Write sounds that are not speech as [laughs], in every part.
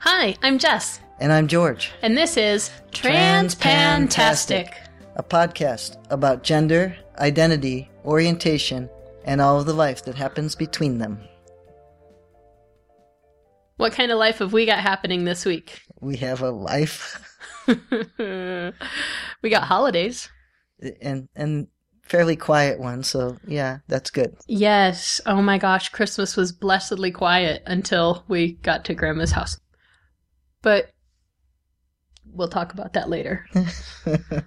Hi, I'm Jess, And I'm George, and this is Transpantastic. Transpantastic. a podcast about gender, identity, orientation, and all of the life that happens between them. What kind of life have we got happening this week? [laughs] We have a life [laughs] we got holidays. and and fairly quiet one, so yeah, that's good. [laughs] Yes. Oh my gosh, Christmas was blessedly quiet until we got to Grandma's house. But we'll talk about that later.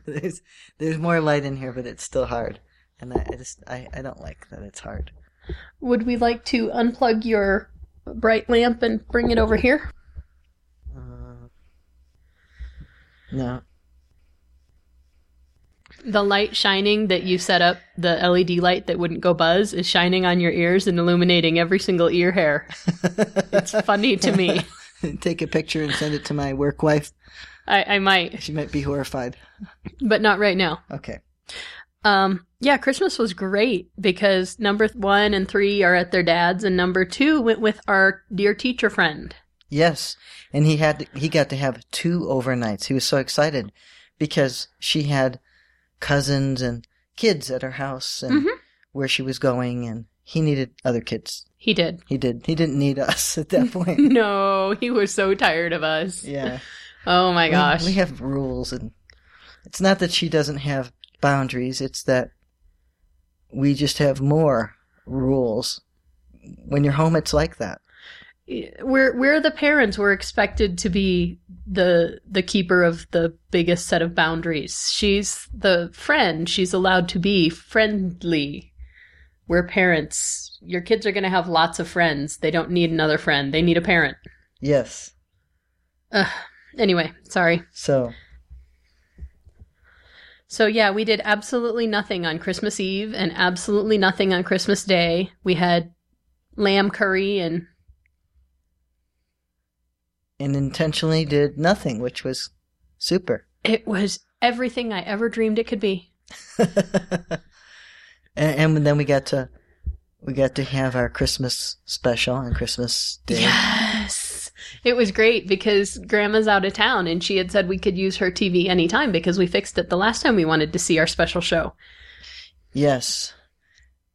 there's there's more light in here, but it's still hard. And I, I just I, I don't like that it's hard. Would we like to unplug your bright lamp and bring it over here? Uh, no. The light shining that you set up, the LED light that wouldn't go buzz, is shining on your ears and illuminating every single ear hair. [laughs] It's funny to me. Take a picture and send it to my work wife. I, I might, She might be horrified. but not right now. Okay. Um, yeah, Christmas was great because number one and three are at their dad's, and number two went with our dear teacher friend. Yes, and he had he got to have two overnights. He was so excited because she had cousins and kids at her house and Mm-hmm. where she was going, and he needed other kids. He did. [laughs] He did. He didn't need us [laughs] at that point. No, he was so tired of us. yeah. Oh my We- gosh. we, have rules, and it's not that she doesn't have boundaries. It's that we just have more rules. When you're home, it's like that. we're we're the parents we're expected to be the the keeper of the biggest set of boundaries she's the friend she's allowed to be friendly we're parents your kids are going to have lots of friends they don't need another friend they need a parent Yes. anyway sorry So so yeah we did absolutely nothing on christmas eve and absolutely nothing on christmas day we had lamb curry and and intentionally did nothing, which was [laughs] super. it was everything i ever dreamed it could be and, and then we got to we got to have our Christmas special on Christmas Day. Yes. It was great because grandma's out of town and she had said we could use her TV anytime because we fixed it the last time we wanted to see our special show. Yes,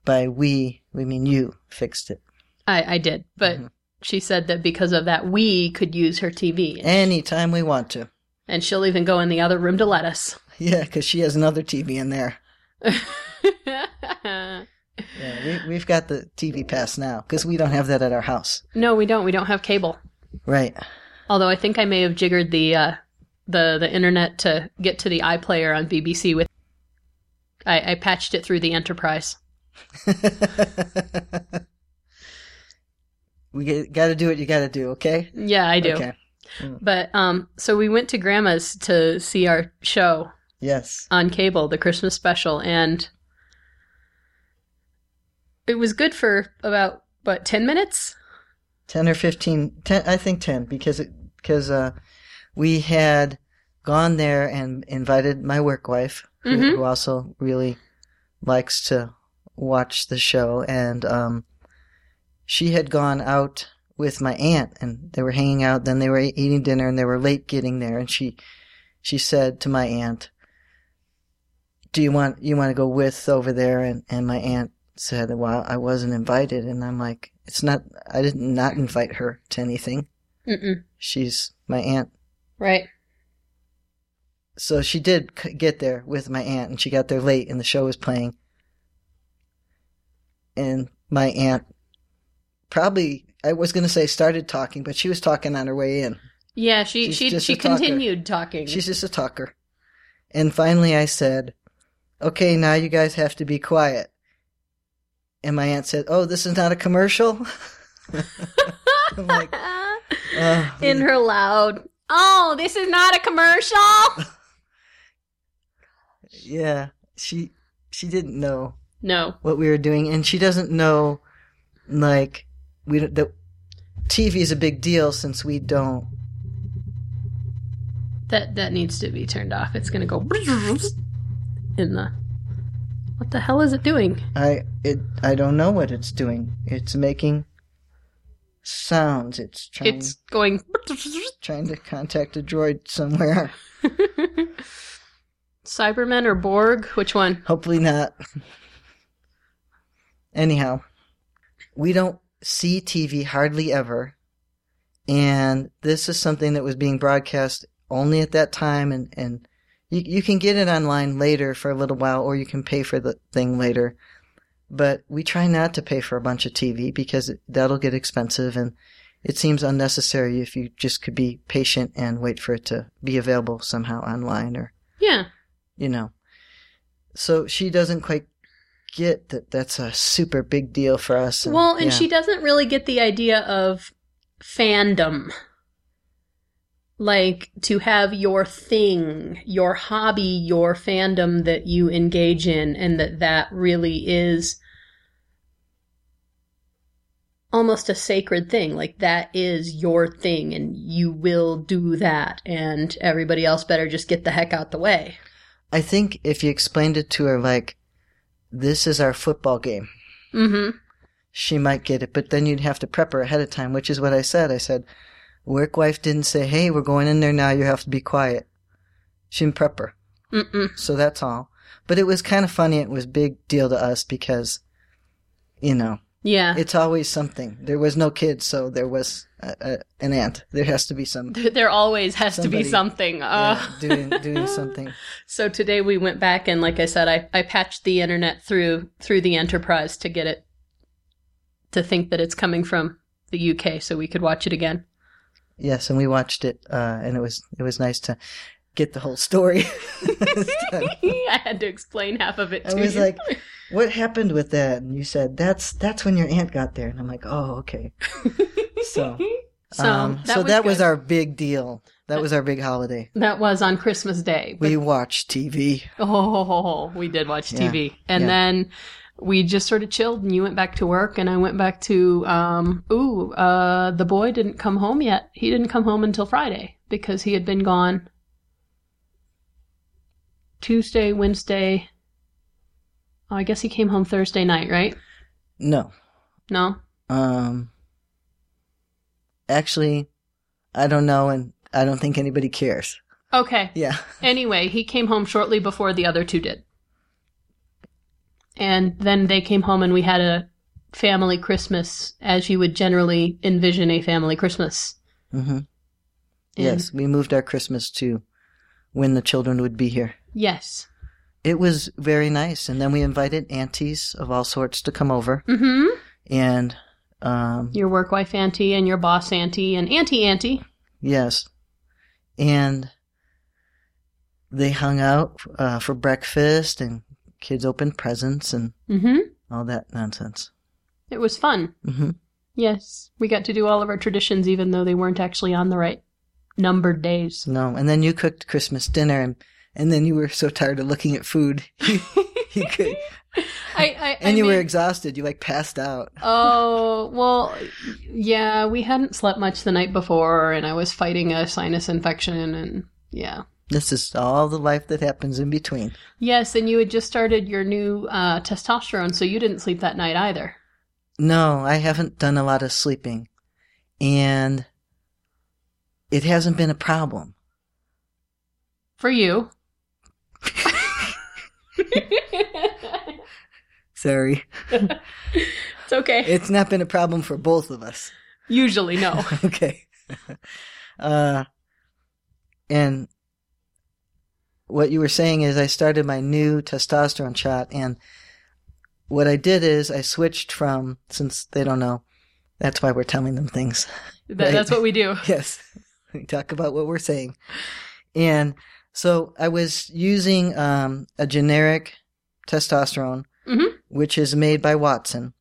by we we mean you fixed it I, I did, but she said that because of that, we could use her TV. And, anytime we want to. [laughs] and she'll even go in the other room to let us. [laughs] Yeah, because she has another TV in there. Yeah, we, we've got the TV pass now because we don't have that at our house. no, we don't. We don't have cable. Right. [laughs] Although I think I may have jiggered the uh, the the internet to get to the iPlayer on BBC with. I, I patched it through the Enterprise. we got to do what you got to do. Okay. Yeah, I do. Okay. But um, so we went to grandma's to see our show Yes. on cable, the Christmas special, and it was good for about what ten minutes. ten or 15 10, i think 10 because it, because uh, we had gone there and invited my work wife who, Mhm. who also really likes to watch the show and um, she had gone out with my aunt and they were hanging out then they were e-, eating dinner and they were late getting there and she she said to my aunt do you want you want to go with over there and and my aunt said well i wasn't invited and i'm like it's not i did not invite her to anything Mm-mm. she's my aunt Right. so she did c- get there with my aunt and she got there late and the show was playing and my aunt probably i was going to say started talking but she was talking on her way in Yeah, she She's she just she a talker. continued talking. [laughs] She's just a talker. And finally I said, Okay, now you guys have to be quiet. And my aunt said, Oh, this is not a commercial? [laughs] I'm like, Ah, "Uh, in her loud. Oh, this is not a commercial. Yeah. She she didn't know no. what we were doing and she doesn't know like we don't the TV is a big deal since we don't That that needs to be turned off. It's gonna go [laughs] in the. What the hell is it doing? I it I don't know what it's doing. It's making sounds. It's trying, It's going. trying to contact a droid somewhere. [laughs] Cybermen or Borg? Which one? Hopefully not. Anyhow, we don't see TV hardly ever. And this is something that was being broadcast only at that time. And, and you, you can get it online later for a little while, or you can pay for the thing later. But we try not to pay for a bunch of TV because it- that'll get expensive. And it seems unnecessary if you just could be patient and wait for it to be available somehow online or Yeah. you know. So she doesn't quite get that that's a super big deal for us. Well, and yeah. she doesn't really get the idea of fandom. Like to have your thing, your hobby, your fandom that you engage in, and that that really is almost a sacred thing. Like that is your thing, and you will do that, and everybody else better just get the heck out the way. I think if you explained it to her like, this is our football game, Mm hmm. she might get it, but then you'd have to prep her ahead of time, which is what I said. I said, work wife didn't say, hey, we're going in there now, you have to be quiet. She didn't prep her. Mm-mm. So that's all. But it was kind of funny. It was big deal to us because, you know, Yeah. it's always something. There was no kids, so there was a, a, an aunt. There has to be some There [laughs] there always has to be Somebody- something. yeah, Uh, [laughs] doing doing something. So today we went back and like I said, I, I patched the internet through through the enterprise to get it to think that it's coming from the UK so we could watch it again. [laughs] Yes, and we watched it, uh, and it was it was nice to get the whole story. [laughs] [laughs] I had to explain half of it [laughs] I to was you. like, "What happened with that?" And you said, "That's that's when your aunt got there," and I'm like, "Oh, okay." So, [laughs] so um, that so was that was good. our big deal. That was our big holiday. that was on Christmas Day. But, We watched TV. [laughs] oh, we did watch Yeah, TV. And yeah. then we just sort of chilled and you went back to work and I went back to um ooh, uh the boy didn't come home yet. He didn't come home until Friday because he had been gone Tuesday, Wednesday. Oh, I guess he came home Thursday night, right? No, No. um, actually, I don't know, and I don't think anybody cares. Okay. Yeah, Anyway, he came home shortly before the other two did. And then they came home and we had a family Christmas as you would generally envision a family Christmas. hmm And- yes, we moved our Christmas to when the children would be here. Yes. It was very nice, and then we invited aunties of all sorts to come over, hmm and um, Your work wife auntie and your boss auntie and auntie auntie. yes, and they hung out uh, for breakfast, and kids opened presents and hmm all that nonsense. It was fun. hmm Yes. We got to do all of our traditions even though they weren't actually on the right numbered days. No, and then you cooked Christmas dinner, and and then you were so tired of looking at food, [laughs] you could, [laughs] I, I, I and you were mean- exhausted. You like passed out. Oh, well, yeah, we hadn't slept much the night before, and I was fighting a sinus infection, and yeah. This is all the life that happens in between. Yes, and you had just started your new uh, testosterone, so you didn't sleep that night either. No, I haven't done a lot of sleeping. And it hasn't been a problem. For you. Sorry. it's okay. It's not been a problem for both of us. Usually, no. [laughs] Okay. uh, and what you were saying is I started my new testosterone shot and what I did is I switched from, since they don't know, that's why we're telling them things. [laughs] That, that's what we do. Yes. We talk about what we're saying. And so I was using um, a generic testosterone, Mhm. which is made by Watson.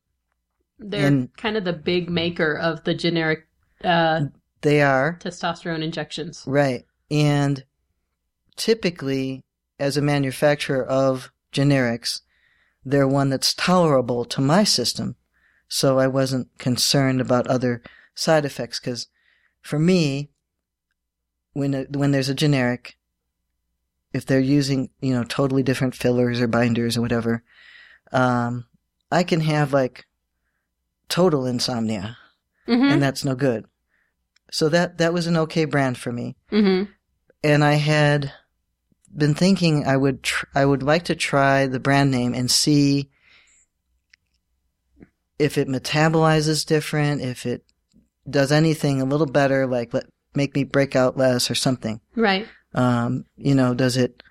They're And- kind of the big maker of the generic uh, They are. testosterone injections. Right. And typically, as a manufacturer of generics, they're one that's tolerable to my system. So I wasn't concerned about other side effects because for me, when, a, when there's a generic, if they're using, you know, totally different fillers or binders or whatever, um, I can have like total insomnia Mm-hmm. and that's no good. So that that was an okay brand for me, mm-hmm. and I had been thinking I would tr- I would like to try the brand name and see if it metabolizes different, if it does anything a little better, like let make me break out less or something. Right. Um, you know, does it?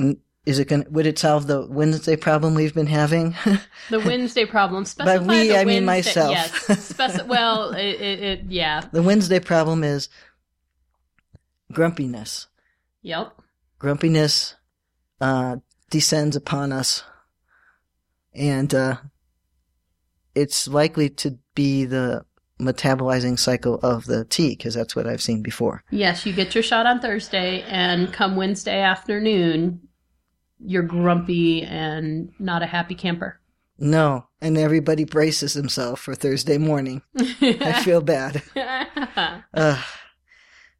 n- Is it going? to Would it solve the Wednesday problem we've been having? [laughs] The Wednesday problem. Specify we, the I Wednesday. mean myself. Yes. [laughs] Speci- well, it, it, it, yeah. the Wednesday problem is grumpiness. Yep. Grumpiness uh, descends upon us, and uh, it's likely to be the metabolizing cycle of the tea because that's what I've seen before. Yes, you get your shot on Thursday, and come Wednesday afternoon, you're grumpy and not a happy camper. No, and everybody braces themselves for Thursday morning. [laughs] I feel bad. Ugh.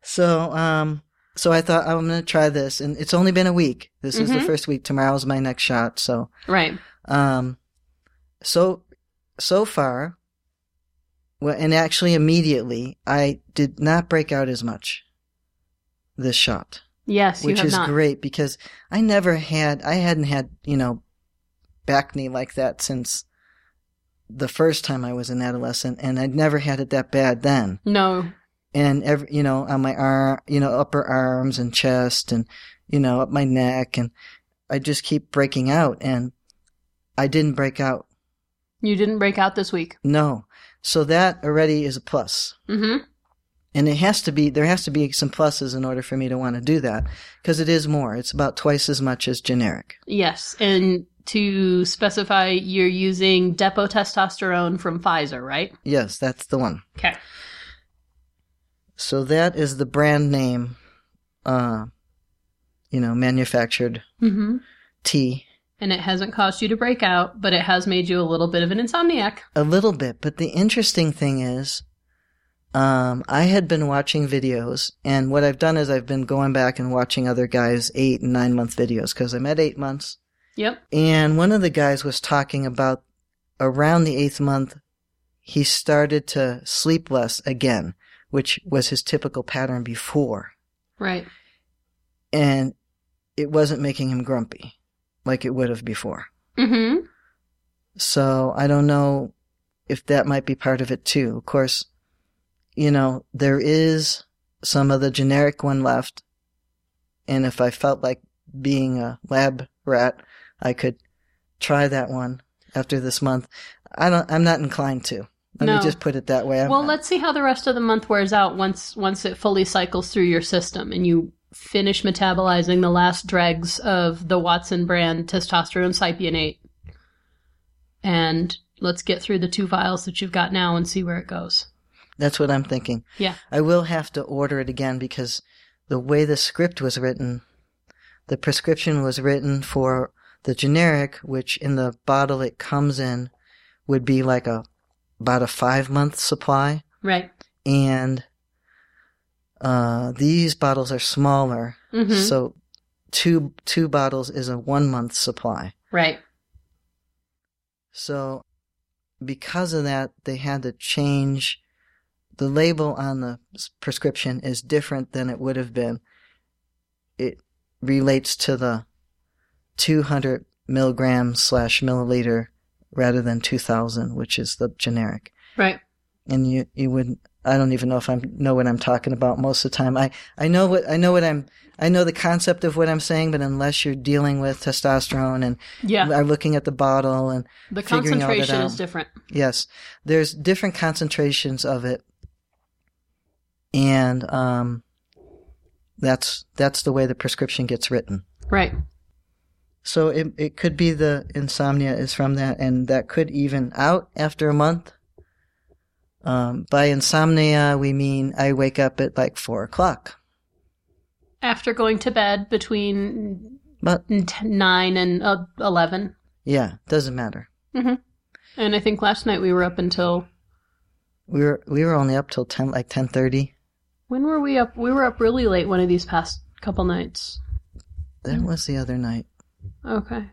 So, um, so I thought I'm gonna try this, and it's only been a week. This is the Mhm. first week. Tomorrow's my next shot, so right. Um, so, so far, well, and actually immediately, I did not break out as much this shot, Yes, you which have is not. great because I never had, I hadn't had, you know, back knee like that since the first time I was an adolescent, and I'd never had it that bad then. No. And every, you know, on my arm, you know, upper arms and chest and, you know, up my neck. And I just keep breaking out and I didn't break out You didn't break out this week. No. So that already is a plus. Mm-hmm. And it has to be, there has to be some pluses in order for me to want to do that because it is more. It's about twice as much as generic. Yes, and to specify, you're using Depo testosterone from Pfizer, right? Yes, that's the one. Okay. So that is the brand name, uh, you know, manufactured Mm-hmm. tea. And it hasn't caused you to break out, but it has made you a little bit of an insomniac. A little bit, but the interesting thing is, um, I had been watching videos, and what I've done is I've been going back and watching other guys' eight and nine month videos because I'm at eight months. Yep. And one of the guys was talking about around the eighth month, he started to sleep less again, which was his typical pattern before. Right. And it wasn't making him grumpy like it would have before. Mm-hmm. So I don't know if that might be part of it too. Of course, you know, there is some of the generic one left. And if I felt like being a lab rat, I could try that one after this month. I don't, I'm not inclined to. Let No. me just put it that way. I'm, Well, let's see how the rest of the month wears out once once it fully cycles through your system and you finish metabolizing the last dregs of the Watson brand testosterone cypionate. And let's get through the two vials that you've got now and see where it goes. That's what I'm thinking. Yeah. I will have to order it again because the way the script was written, the prescription was written for the generic, which in the bottle it comes in would be like a about a five month supply, Right. and uh, these bottles are smaller, Mm-hmm. so two two bottles is a one month supply. right. So, because of that, they had to change the label on the s- prescription is different than it would have been. It relates to the 200 milligram slash milliliter rather than 2000, which is the generic. Right. And you, you wouldn't, I don't even know if I know what I'm talking about most of the time. I, I know what, I know what I'm, I know the concept of what I'm saying, but unless you're dealing with testosterone and Yeah. are looking at the bottle and The figuring all that concentration is out. different. Yes, there's different concentrations of it, and um, that's that's the way the prescription gets written. Right. So it it could be the insomnia is from that, and that could even out after a month. Um, by insomnia, we mean I wake up at like four o'clock, After going to bed between but n- 9 and uh, 11. yeah, doesn't matter. Mm-hmm. And I think last night we were up until We were we were only up till ten, like ten thirty. When were we up? We were up really late one of these past couple nights. That was the other night. Okay.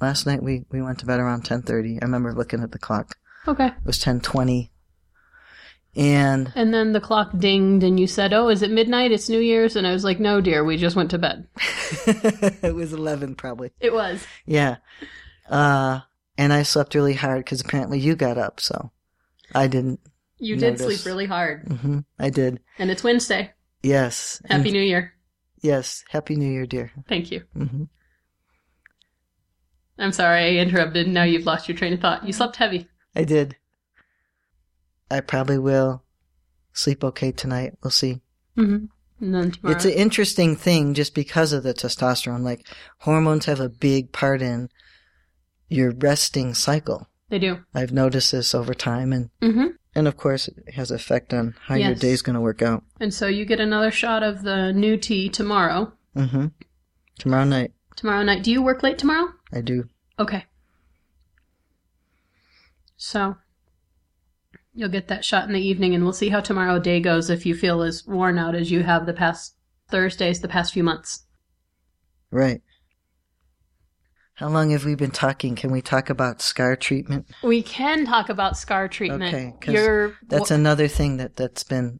Last night we we went to bed around ten thirty. I remember looking at the clock. Okay. It was 10:20. And And then the clock dinged, and you said, "Oh, is it midnight? It's New Year's." And I was like, "No, dear, we just went to bed." [laughs] it was 11 probably. It was. Yeah. Uh and I slept really hard cuz apparently you got up, so I didn't. You Notice. did sleep really hard, Mhm. I did. and it's Wednesday. Yes. And- Happy New Year. yes. Happy New Year, dear. Thank you. hmm I'm sorry I interrupted. Now you've lost your train of thought. You slept heavy. I did. I probably will sleep okay tonight. We'll see. Mm-hmm. And then tomorrow. It's an interesting thing just because of the testosterone. Like hormones have a big part in your resting cycle. they do. I've noticed this over time, and hmm and of course it has effect on how your Yes. day's going to work out. And so you get another shot of the new tea tomorrow. hmm Tomorrow night, Tomorrow night. Do you work late tomorrow? I do. Okay. So you'll get that shot in the evening, and we'll see how tomorrow day goes if you feel as worn out as you have the past Thursdays, the past few months. Right. How long have we been talking? Can we talk about scar treatment? We can talk about scar treatment. Okay, 'cause You're That's another thing that that's been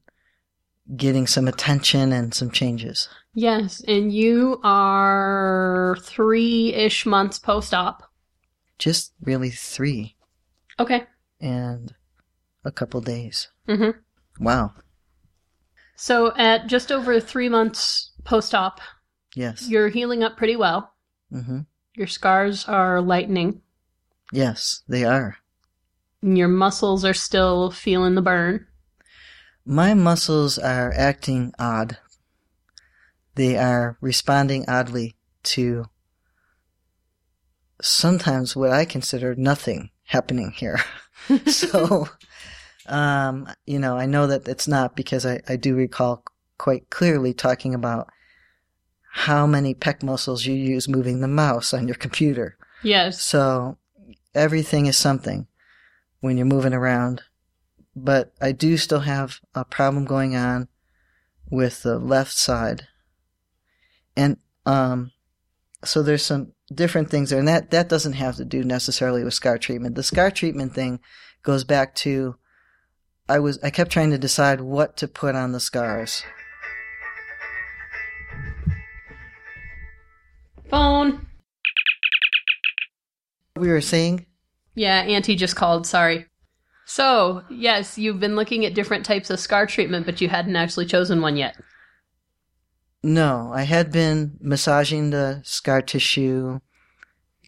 getting some attention and some changes. yes, and you are three ish months post op. Just really three Okay. and a couple days. hmm Wow. So at just over three months post op, Yes. you're healing up pretty well. hmm Your scars are lightening. Yes, they are. and Your muscles are still feeling the burn. My muscles are acting odd. They are responding oddly to sometimes what I consider nothing happening here. [laughs] so, um, you know, I know that it's not because I, I do recall quite clearly talking about how many pec muscles you use moving the mouse on your computer. Yes. So everything is something when you're moving around. But I do still have a problem going on with the left side. And um so there's some different things there and that that doesn't have to do necessarily with scar treatment. The scar treatment thing goes back to I was I kept trying to decide what to put on the scars. Phone. We were saying Yeah, Auntie just called. Sorry. So, yes, you've been looking at different types of scar treatment, but you hadn't actually chosen one yet. No, I had been massaging the scar tissue,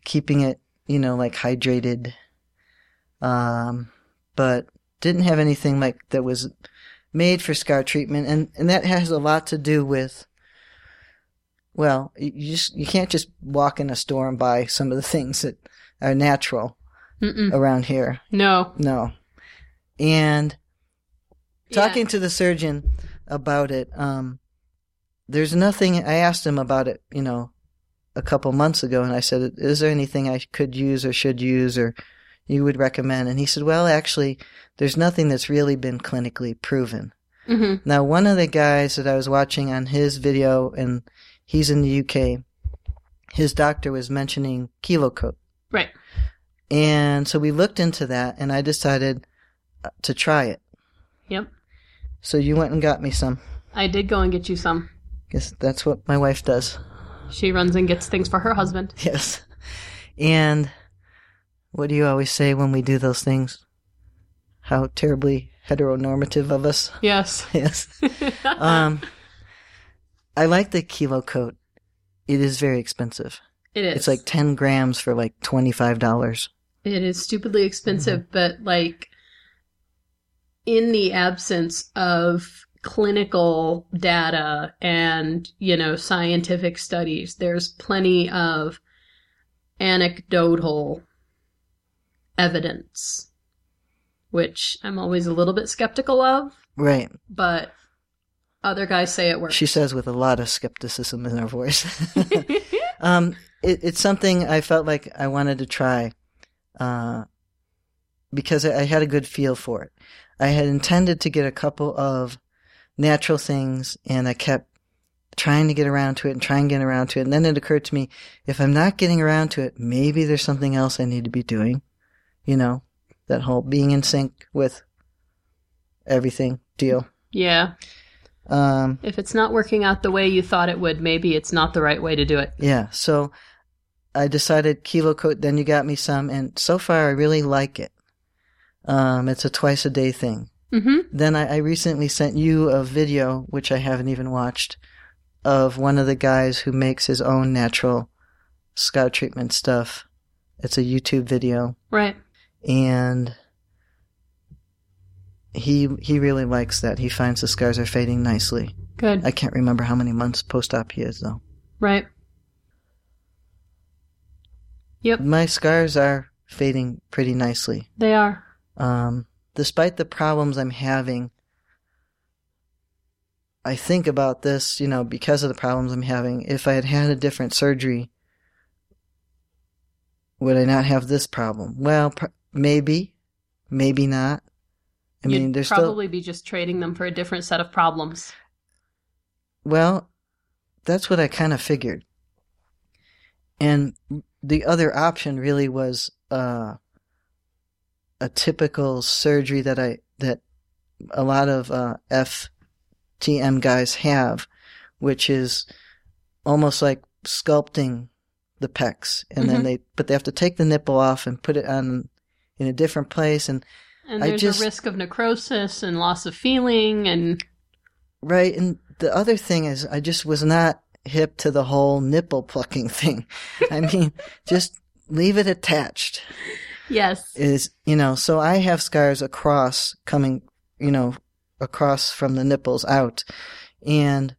keeping it, you know, like hydrated. Um, but didn't have anything like that was made for scar treatment and, and that has a lot to do with well, you you just you can't just walk in a store and buy some of the things that are natural Mm-mm. around here. No. No. And Yeah. talking to the surgeon about it um there's nothing i asked him about it you know a couple months ago and i said is there anything i could use or should use or you would recommend and he said well actually there's nothing that's really been clinically proven Mhm. now one of the guys that i was watching on his video and he's in the uk his doctor was mentioning kilocoat Right. and so we looked into that and i decided uh, to try it Yep. so you went and got me some I did go and get you some. Yes, that's what my wife does. [laughs] She runs and gets things for her husband. Yes. And what do you always say when we do those things? How terribly heteronormative of us. [laughs] Yes. [laughs] Yes. Um, I like the kilo coat. It is very expensive. it is. It's like 10 grams for like $25. It is stupidly expensive, but like in the absence of clinical data and, you know, scientific studies, there's plenty of anecdotal evidence, which I'm always a little bit skeptical of, Right. but other guys say it works. [laughs] [laughs] She says with a lot of skepticism in her voice. [laughs] um, it, it's something I felt like I wanted to try uh, because I, I had a good feel for it. I had intended to get a couple of natural things, and I kept trying to get around to it and trying to get around to it. And then it occurred to me if I'm not getting around to it, maybe there's something else I need to be doing, you know, that whole being in sync with everything deal. Yeah. Um, If it's not working out the way you thought it would, maybe it's not the right way to do it. Yeah, so I decided Kilo Coat, then you got me some, and so far I really like it. Um, it's a twice a day thing. Mm-hmm. Then I, I recently sent you a video, which I haven't even watched, of one of the guys who makes his own natural scow treatment stuff. It's a YouTube video, Right. and he he really likes that. He finds the scars are fading nicely. Good. I can't remember how many months post op he is though. Right. Yep. My scars are fading pretty nicely. They are. Um, despite the problems I'm having, I think about this, you know, because of the problems I'm having. If I had had a different surgery, would I not have this problem? Well, pr- maybe, maybe not. I mean, You'd there's still probably be just trading them for a different set of problems. well, that's what I kind of figured. And the other option really was uh, a typical surgery that I that a lot of uh, FTM guys have, which is almost like sculpting the pecs, and then Mhm. they but they have to take the nipple off and put it on in a different place, and And I there's just- a risk of necrosis and loss of feeling and Right, and the other thing is, I just was not hip to the whole nipple plucking [laughs] thing. I mean, just leave it attached. yes. Is you know, so I have scars across coming, you know, across from the nipples out, and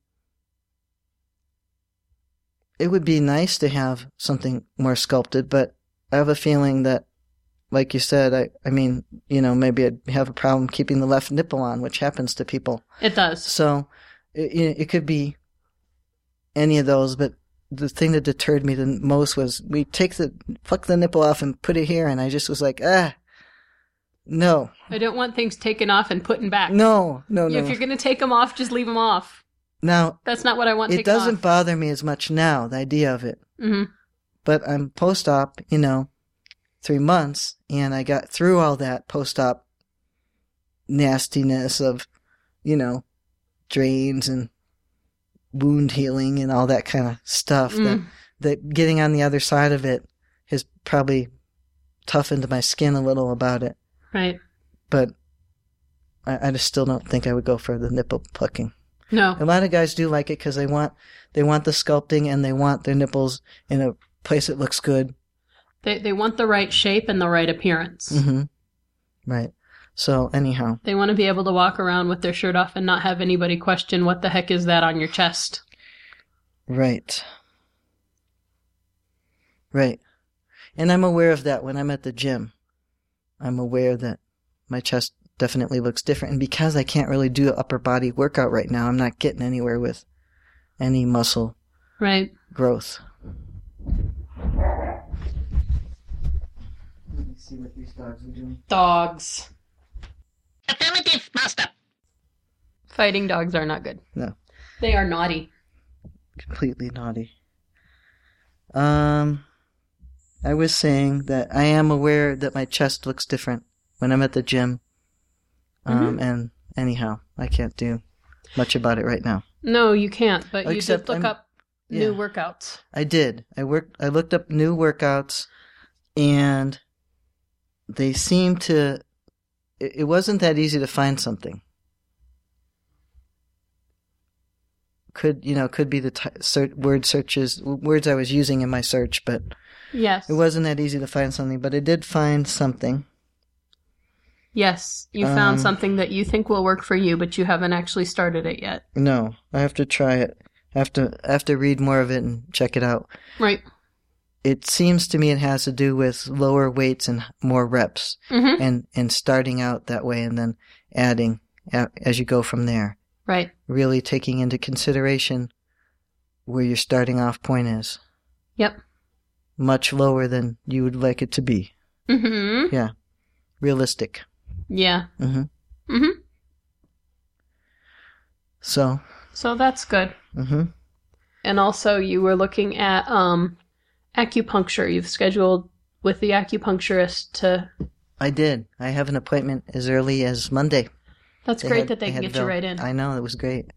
it would be nice to have something more sculpted, but I have a feeling that, like you said, I, I mean, you know, maybe I'd have a problem keeping the left nipple on, which happens to people. It does. So it, it it could be any of those, but the thing that deterred me the most was we take the pluck the nipple off and put it here, and I just was like, ah, no, I don't want things taken off and putting back. no, no, If no. you're going to take them off, just leave them off. Now That's not what I want it taken doesn't off. bother me as much now the idea of it, hmm but I'm post-op, you know, three months, and I got through all that post-op nastiness of, you know, drains and wound healing and all that kind of stuff that Mm. that getting on the other side of it has probably toughened my skin a little about it, Right. but I, I just still don't think I would go for the nipple plucking. No. A lot of guys do like it because they want they want the sculpting and they want their nipples in a place that looks good. They, they want the right shape and the right appearance. hmm Right. So anyhow, They want to be able to walk around with their shirt off and not have anybody question what the heck is that on your chest. right, right, and I'm aware of that when I'm at the gym. I'm aware that my chest definitely looks different. And because I can't really do an upper body workout right now, I'm not getting anywhere with any muscle Right. growth. Let me see what these dogs are doing. Dogs. Affirmative, master. Fighting dogs are not good. No. They are naughty. Completely naughty. Um, I was saying that I am aware that my chest looks different when I'm at the gym. Um, and anyhow, I can't do much about it right now. No, you can't, but you Except did look I'm- up new yeah. workouts. I did. I worked. I looked up new workouts, and they seemed to. It it wasn't that easy to find something. Could you know? Could be the ty- search, word searches words I was using in my search, but Yes. it wasn't that easy to find something. But I did find something. Yes. You found Um, something that you think will work for you, but you haven't actually started it yet. No, I have to try it. I have to. I have to read more of it and check it out. Right. It seems to me it has to do with lower weights and more reps. hmm and and starting out that way and then adding a- as you go from there Right. really taking into consideration where your starting off point is Yep. much lower than you would like it to be hmm realistic Yeah. hmm hmm so So that's good. hmm And also, you were looking at um, acupuncture. You've scheduled with the acupuncturist to I did. I have an appointment as early as Monday. That's They great had- that they, can had get Val- you right in. I know it was great.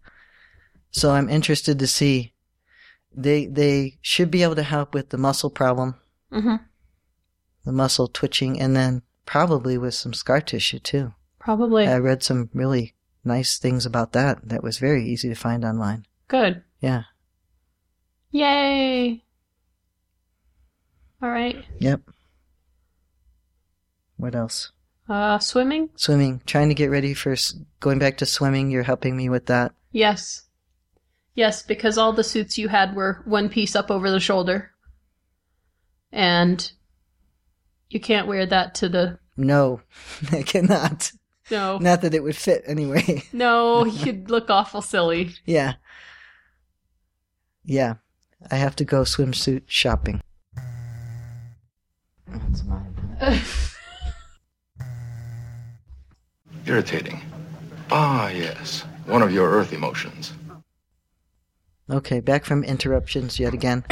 So I'm interested to see. They they should be able to help with the muscle problem, hmm the muscle twitching, and then probably with some scar tissue too. Probably I read some really nice things about that. That was very easy to find online. good. Yeah. Yay! All right. Yep. What else? Uh, swimming? Swimming. Trying to get ready for s- going back to swimming. You're helping me with that. Yes. Yes, because all the suits you had were one piece up over the shoulder. And you can't wear that to the. No, [laughs] I cannot. No. Not that it would fit anyway. No, [laughs] you'd look awful silly. Yeah. Yeah. I have to go swimsuit shopping. That's mine. Irritating. Ah, yes. One of your earth emotions. Okay, back from interruptions yet [laughs] again.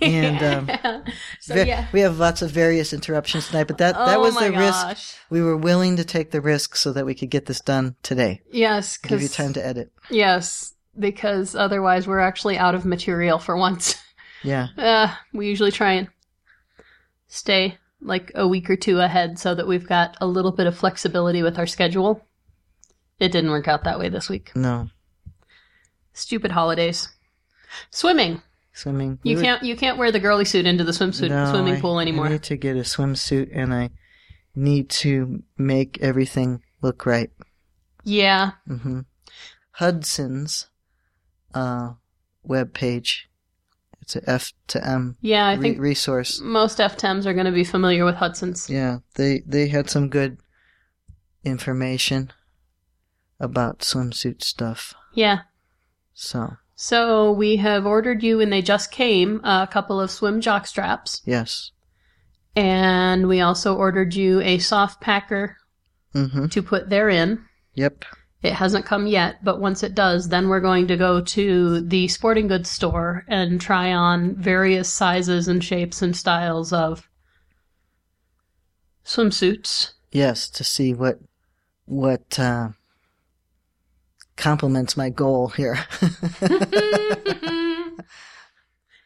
And, um, so, Ve- yeah. We have lots of various interruptions tonight, but that, that oh was my the risk. gosh. We were willing to take the risk so that we could get this done today. Yes, Give you because time to edit. yes, because otherwise we're actually out of material for once. Yeah. Uh, we usually try and stay like a week or two ahead so that we've got a little bit of flexibility with our schedule. It didn't work out that way this week. No. Stupid holidays. Swimming. Swimming. You We were- can't you can't wear the girly suit into the swimsuit No, swimming I- pool I anymore. need to get a swimsuit and I need to make everything look right. Yeah. hmm Hudson's uh, web page. It's a F to M Yeah, I re- think resource. most FTEMs are going to be familiar with Hudson's. Yeah, they they had some good information about swimsuit stuff. Yeah. So So we have ordered you, and they just came, a couple of swim jock straps. yes, And we also ordered you a soft packer mm-hmm. to put therein. Yep, It hasn't come yet, but once it does, then we're going to go to the sporting goods store and try on various sizes and shapes and styles of swimsuits. yes, to see what what uh, complements my goal here. [laughs]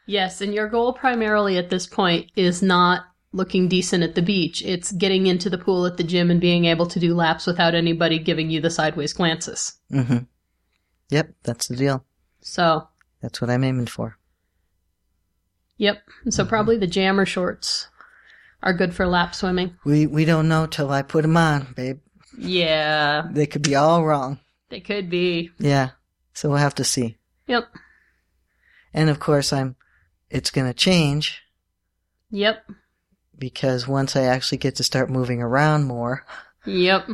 yes, and your goal primarily at this point is not looking decent at the beach. It's getting into the pool at the gym and being able to do laps without anybody giving you the sideways glances. mm-hmm. Yep, that's the deal. So, That's what I'm aiming for. yep. So probably the jammer shorts are good for lap swimming. We we don't know till I put 'em on, babe. Yeah, They could be all wrong. they could be. Yeah. So we'll have to see. Yep. And of course, I'm. It's going to change Yep. because once I actually get to start moving around more, Yep.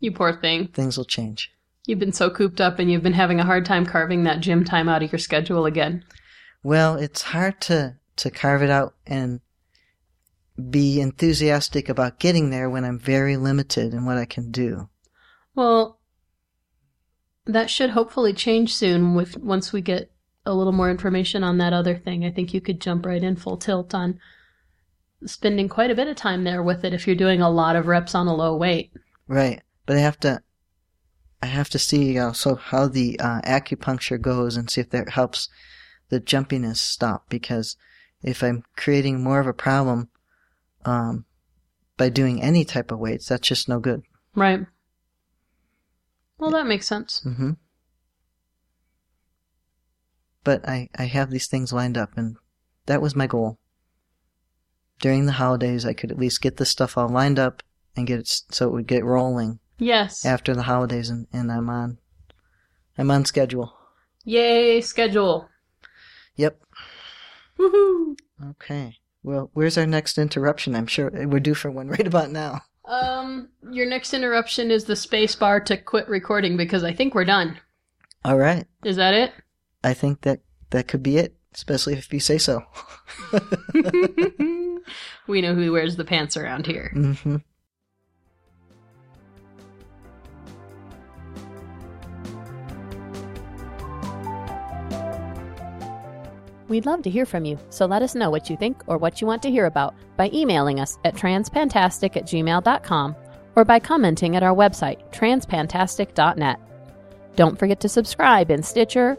You poor thing. things will change. You've been so cooped up and you've been having a hard time carving that gym time out of your schedule again. Well, it's hard to to carve it out and be enthusiastic about getting there when I'm very limited in what I can do. Well, that should hopefully change soon with once we get a little more information on that other thing. I think you could jump right in full tilt on spending quite a bit of time there with it if you're doing a lot of reps on a low weight. Right. But I have to. I have to see also how the uh, acupuncture goes and see if that helps the jumpiness stop because if I'm creating more of a problem um, by doing any type of weights, that's just no good. Right. Well, that makes sense. hmm But I, I have these things lined up, and that was my goal. During the holidays, I could at least get this stuff all lined up and get it s- so it would get rolling Yes. after the holidays, and, and I'm on, I'm on schedule. Yay, schedule. Yep. Woohoo. Okay. Well, where's our next interruption? I'm sure we're due for one [laughs] right about now. Um, your next interruption is the space bar to quit recording because I think we're done. All right. Is that it? I think that that could be it, especially if you say so. we know who wears the pants around here. hmm We'd love to hear from you, so let us know what you think or what you want to hear about by emailing us at transpantastic at gmail.com or by commenting at our website, transpantastic.net. Don't forget to subscribe in Stitcher,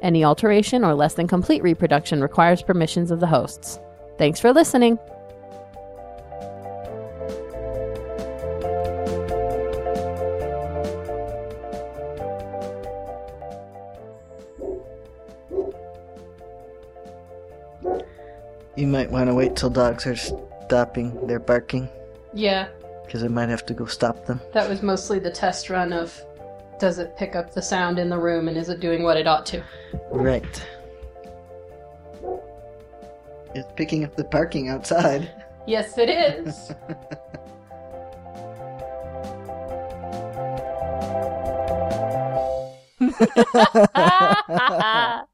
Any alteration or less than complete reproduction requires permissions of the hosts. Thanks for listening. You might want to wait till dogs are stopping their barking Yeah, because I might have to go stop them. that was mostly the test run of does it pick up the sound in the room and is it doing what it ought to? Right. It's picking up the barking outside. Yes, it is.